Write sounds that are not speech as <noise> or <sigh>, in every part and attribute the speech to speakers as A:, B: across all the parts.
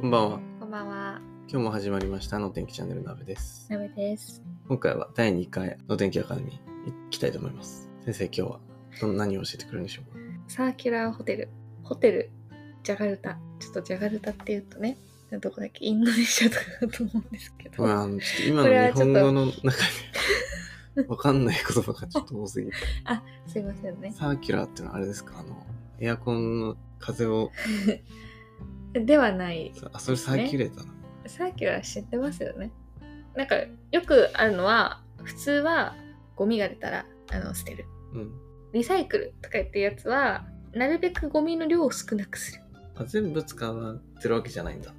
A: こんばんは。
B: こんばんは、
A: 今日も始まりました。の天気チャンネル鍋です。
B: なべです。
A: 今回は第2回の天気アカデミー行きたいと思います。先生、今日はどん何を教えてくれるんでしょうか。
B: サーキュラーホテル、ホテル、ジャガルタ。ちょっとジャガルタって言うとね、どこだっけ、インドネシアとかだと思うんですけど、
A: まあ、あのちょっと今の
B: これ
A: 日
B: はちょっと
A: 本語の中でわかんない言葉がちょっと多すぎて。
B: すいませんね。
A: サーキュラーってのはあれですかあの、エアコンの風を、
B: ではない、
A: あ、それサーキュレーターな。
B: サーキュラー知ってますよね。なんか、よくあるのは、普通はゴミが出たらあの捨てる。
A: うん。
B: リサイクルとか言ってるやつは、なるべくゴミの量を少なくする。
A: あ全部使ってるわけじゃないんだ。
B: い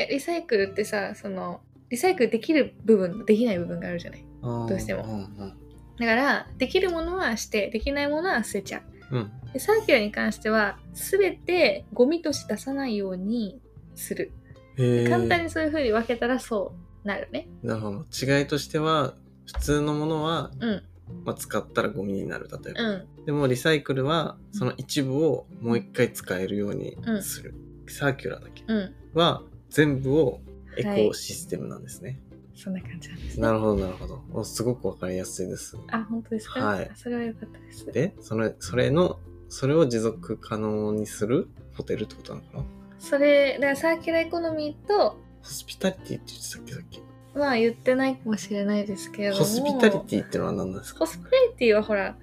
B: やリサイクルってさ、その、リサイクルできる部分、できない部分があるじゃない。
A: ど
B: どうしても
A: うん
B: だからできるものはしてできないものは捨てちゃう
A: うん。うん。
B: でサーキュラーに関しては全てゴミとして出さないようにする
A: へえ。
B: 簡単にそういう風に分けたらそうなるね
A: なるほど。違いとしては、普通のものは、
B: うん
A: まあ、使ったらゴミになる例えば、
B: うん
A: でもリサイクルはその一部をもう一回使えるように
B: うん
A: する、サーキュラーだけ
B: うん
A: は全部をエ
B: は
A: コ
B: い
A: システムなんですね、
B: そんな感じなんですね
A: なるほどなるほどおすごくわかりやすいです
B: あ本当ですか、
A: はい
B: あそれは良かったです
A: でそれそれのそれを持続可能にするホテルってことなのかな
B: それだからサーキュラーエコノミーと
A: ホスピタリティって言ってたっけさっき
B: まあ言ってないかもしれないですけれども
A: ホスピタリティってのは何なんですか
B: ホスピタリティはほら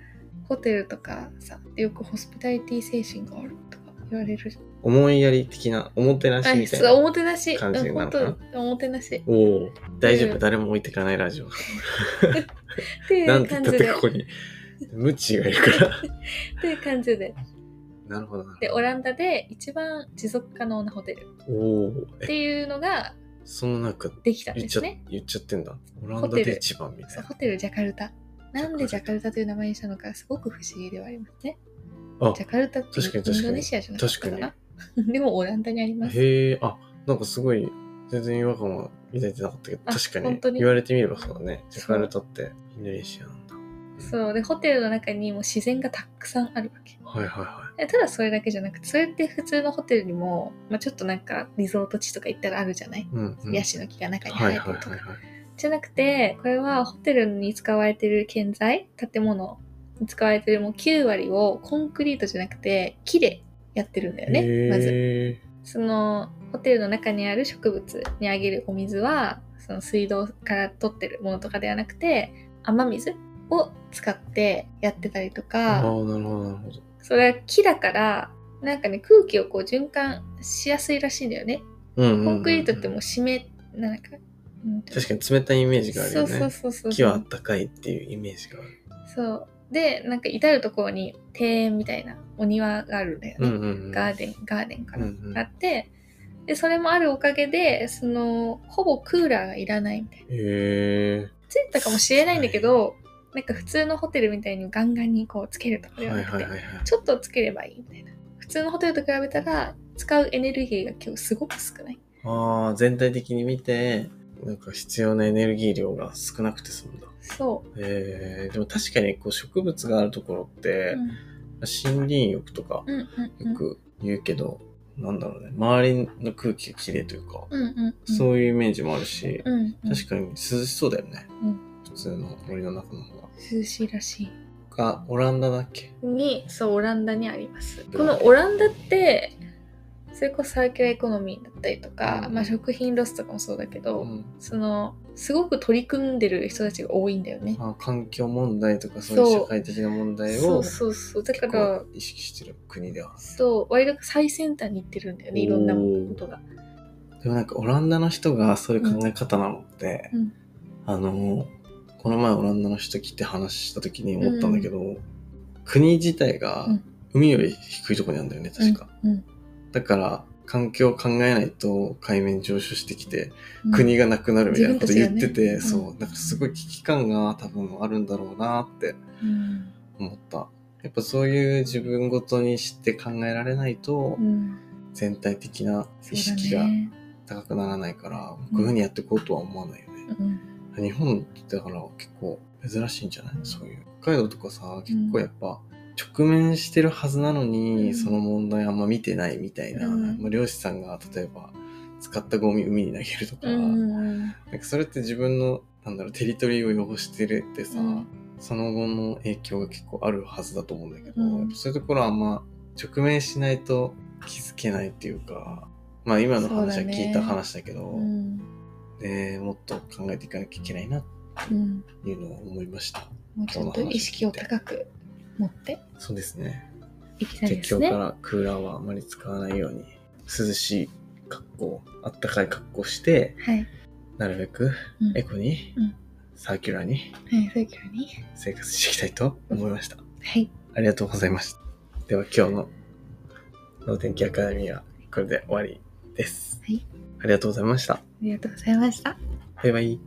B: ホテルとかさよくホスピタリティ精神があるとか言われるじゃん
A: 思いやり的なおもてなしみたいな
B: あおもてなし
A: 感じ
B: うん
A: なの
B: 本
A: かな
B: 当おもてなし
A: おお大丈
B: う
A: 夫
B: ん
A: 誰も置いてかないラジオ
B: ってい
A: なん
B: う
A: て言った
B: 感じ
A: っ
B: で。
A: てここにムチがいるから <laughs>
B: っていう感じで。
A: なるほどなるほど。
B: で、オランダで一番持続可能なホテル
A: おおー。
B: っ
A: え、
B: ていうのが
A: その中
B: できたん
A: 言っ
B: で
A: ちゃ
B: す
A: っ
B: ね。
A: 言っちゃってんだ。オラン
B: ホ
A: ダ
B: テ
A: で
B: ル
A: 一番みた
B: そ
A: いうな。
B: ホテルジャカルタ。なんで
A: ジ
B: ジ
A: ャ
B: ャ
A: カ
B: カ
A: ル
B: ルタという名前にしたのかすごく不思議ではありますね。
A: あ
B: ジャカルタって
A: 確かに確かに
B: インドネシアじゃなかったかな。 <laughs> でもオランダにあります。
A: へえ、あ、なんかすごい、全然違和感は抱いてなかったけど、
B: あ
A: 確かに
B: 本当に
A: 言われてみればそうだね。ジ
B: そう
A: ャカルタってインドネシアなんだ。
B: そう。で、ホテルの中にもう自然がたくさんあるわけ。
A: はいはいは
B: えただそれだけじゃなくて、それって普通のホテルにも、まあ、ちょっとなんかリゾート地とか行ったらあるじゃない、
A: い。うん、うん。
B: ヤシの木が中に
A: は
B: 生
A: い
B: えて
A: はい
B: る
A: は
B: と
A: い
B: か
A: はい。。
B: じゃなくてこれはホテルに使われてる建材建物に使われてるもう9割をコンクリートじゃなくて木でやってるんだよねまず
A: へえ。
B: そのホテルの中にある植物にあげるお水はその水道から取ってるものとかではなくて雨水を使ってやってたりと
A: ああー、なる
B: か
A: ほどなるほど。
B: それは木だからなんかね空気をこう循環しやすいらしいんだよね
A: うんうんうん
B: コンクリートってもう湿なんかうん
A: 確かに冷たいイメージがあるよ
B: そうそう
A: ね。
B: そうそう
A: 木はあったかいっていうイメージがある。
B: そう。で、なんか至るところに庭園みたいなお庭があるんだよ
A: う
B: ね。
A: んうんうん。
B: ガーデン、ガーデンかな、
A: うんうん
B: があって、で、それもあるおかげで、その、ほぼクーラーがいらないみたいな。
A: へ
B: ついたかもしれないんだけど、なんか普通のホテルみたいにガンガンにこうつけるとか
A: え。
B: では
A: はい
B: なく
A: はい
B: て、
A: はいはい。
B: ちょっとつければいいみたいな。普通のホテルと比べたら、使うエネルギーが今日すごく少ない。
A: ああ、全体的に見て、なんか必要なエネルギー量が少なくて済んだ。
B: そ
A: えー、でも確かにこう植物があるところっ
B: う。
A: て
B: う、ん
A: 森林浴とか
B: うんうん
A: よく言うけど、なんだろうね、周りの空気がきれいというか、
B: うん。うんうんうん。
A: そういうイメージもあるし、
B: うんうん。
A: 確かに涼しそうだよね。
B: うん
A: 普通の森の中の方が。
B: 涼しいらしい。
A: が、オランダだっけ
B: にそうオランダにありますこのオランダってそれこそサーキュラーエコノミーだったりとか、
A: うん
B: まあ、食品ロスとかもそうだけど、
A: うん
B: そのすごく取り組んでる人たちが多いんだよね、
A: あ環境問題とかそういう
B: そう
A: 社会的な問題
B: そ
A: を
B: うそうそうだか
A: 結
B: ら
A: 構意識してる国ではある
B: そう割と最先端に行ってるんだよねいろんなことが
A: でもなんかオランダの人がそういう考え方なのって、
B: うん
A: あのこの前オランダの人来て話した時に思ったんだけど、国自体が
B: うん
A: 海より低いところにあるんだよね確か、
B: うん
A: だから環境を考えないと海面上昇してきて
B: うん
A: 国がなくなるみたいなこと言ってて、
B: 自分たちがね
A: そうなんかすごい危機感が多分あるんだろうなって
B: うん
A: 思ったやっぱそういう自分ごとにして考えられないと
B: うん
A: 全体的な意
B: そう
A: 識
B: だ
A: が
B: ね
A: 高くならないから、
B: うん
A: こういうふうにやっていこうとは思わないよね。
B: うん
A: 日本ってだから結構珍しいんじゃないそういう。北海道とかさ、結構やっぱ直面してるはずなのに、
B: うん
A: その問題あんま見てないみたいな、
B: うん
A: まあ漁師さんが例えば使ったゴミ海に投げるとか、
B: うん
A: なんかそれって自分の、なんだろう、テリトリーを汚してるってさ、
B: うん
A: その後の影響が結構あるはずだと思うんだけど、
B: うん
A: やっぱそういうところはあんま直面しないと気づけないっていうか、まあ今の話は聞いた話だけど、
B: うん
A: でもっと考えていかなきゃいけないなっ
B: うん
A: ていうのを思いました。
B: もうちょっと意識を高く持って
A: そうですね。
B: いきたい
A: じゃ
B: で
A: あ今日
B: すね
A: か。らクーラーはあまり使わないように、涼しい格好、あったかい格好して、
B: はい。
A: なるべく
B: うん
A: エコに、
B: うん
A: サーキュラーに
B: はい、そういうふうに。
A: 生活していきたいと思いました。
B: はい。
A: ありがとうございました。では今日の脳天気アカデミーはこれで終わりです。
B: はい
A: ありがとうございました。
B: ありがとうございました。
A: バイバイ。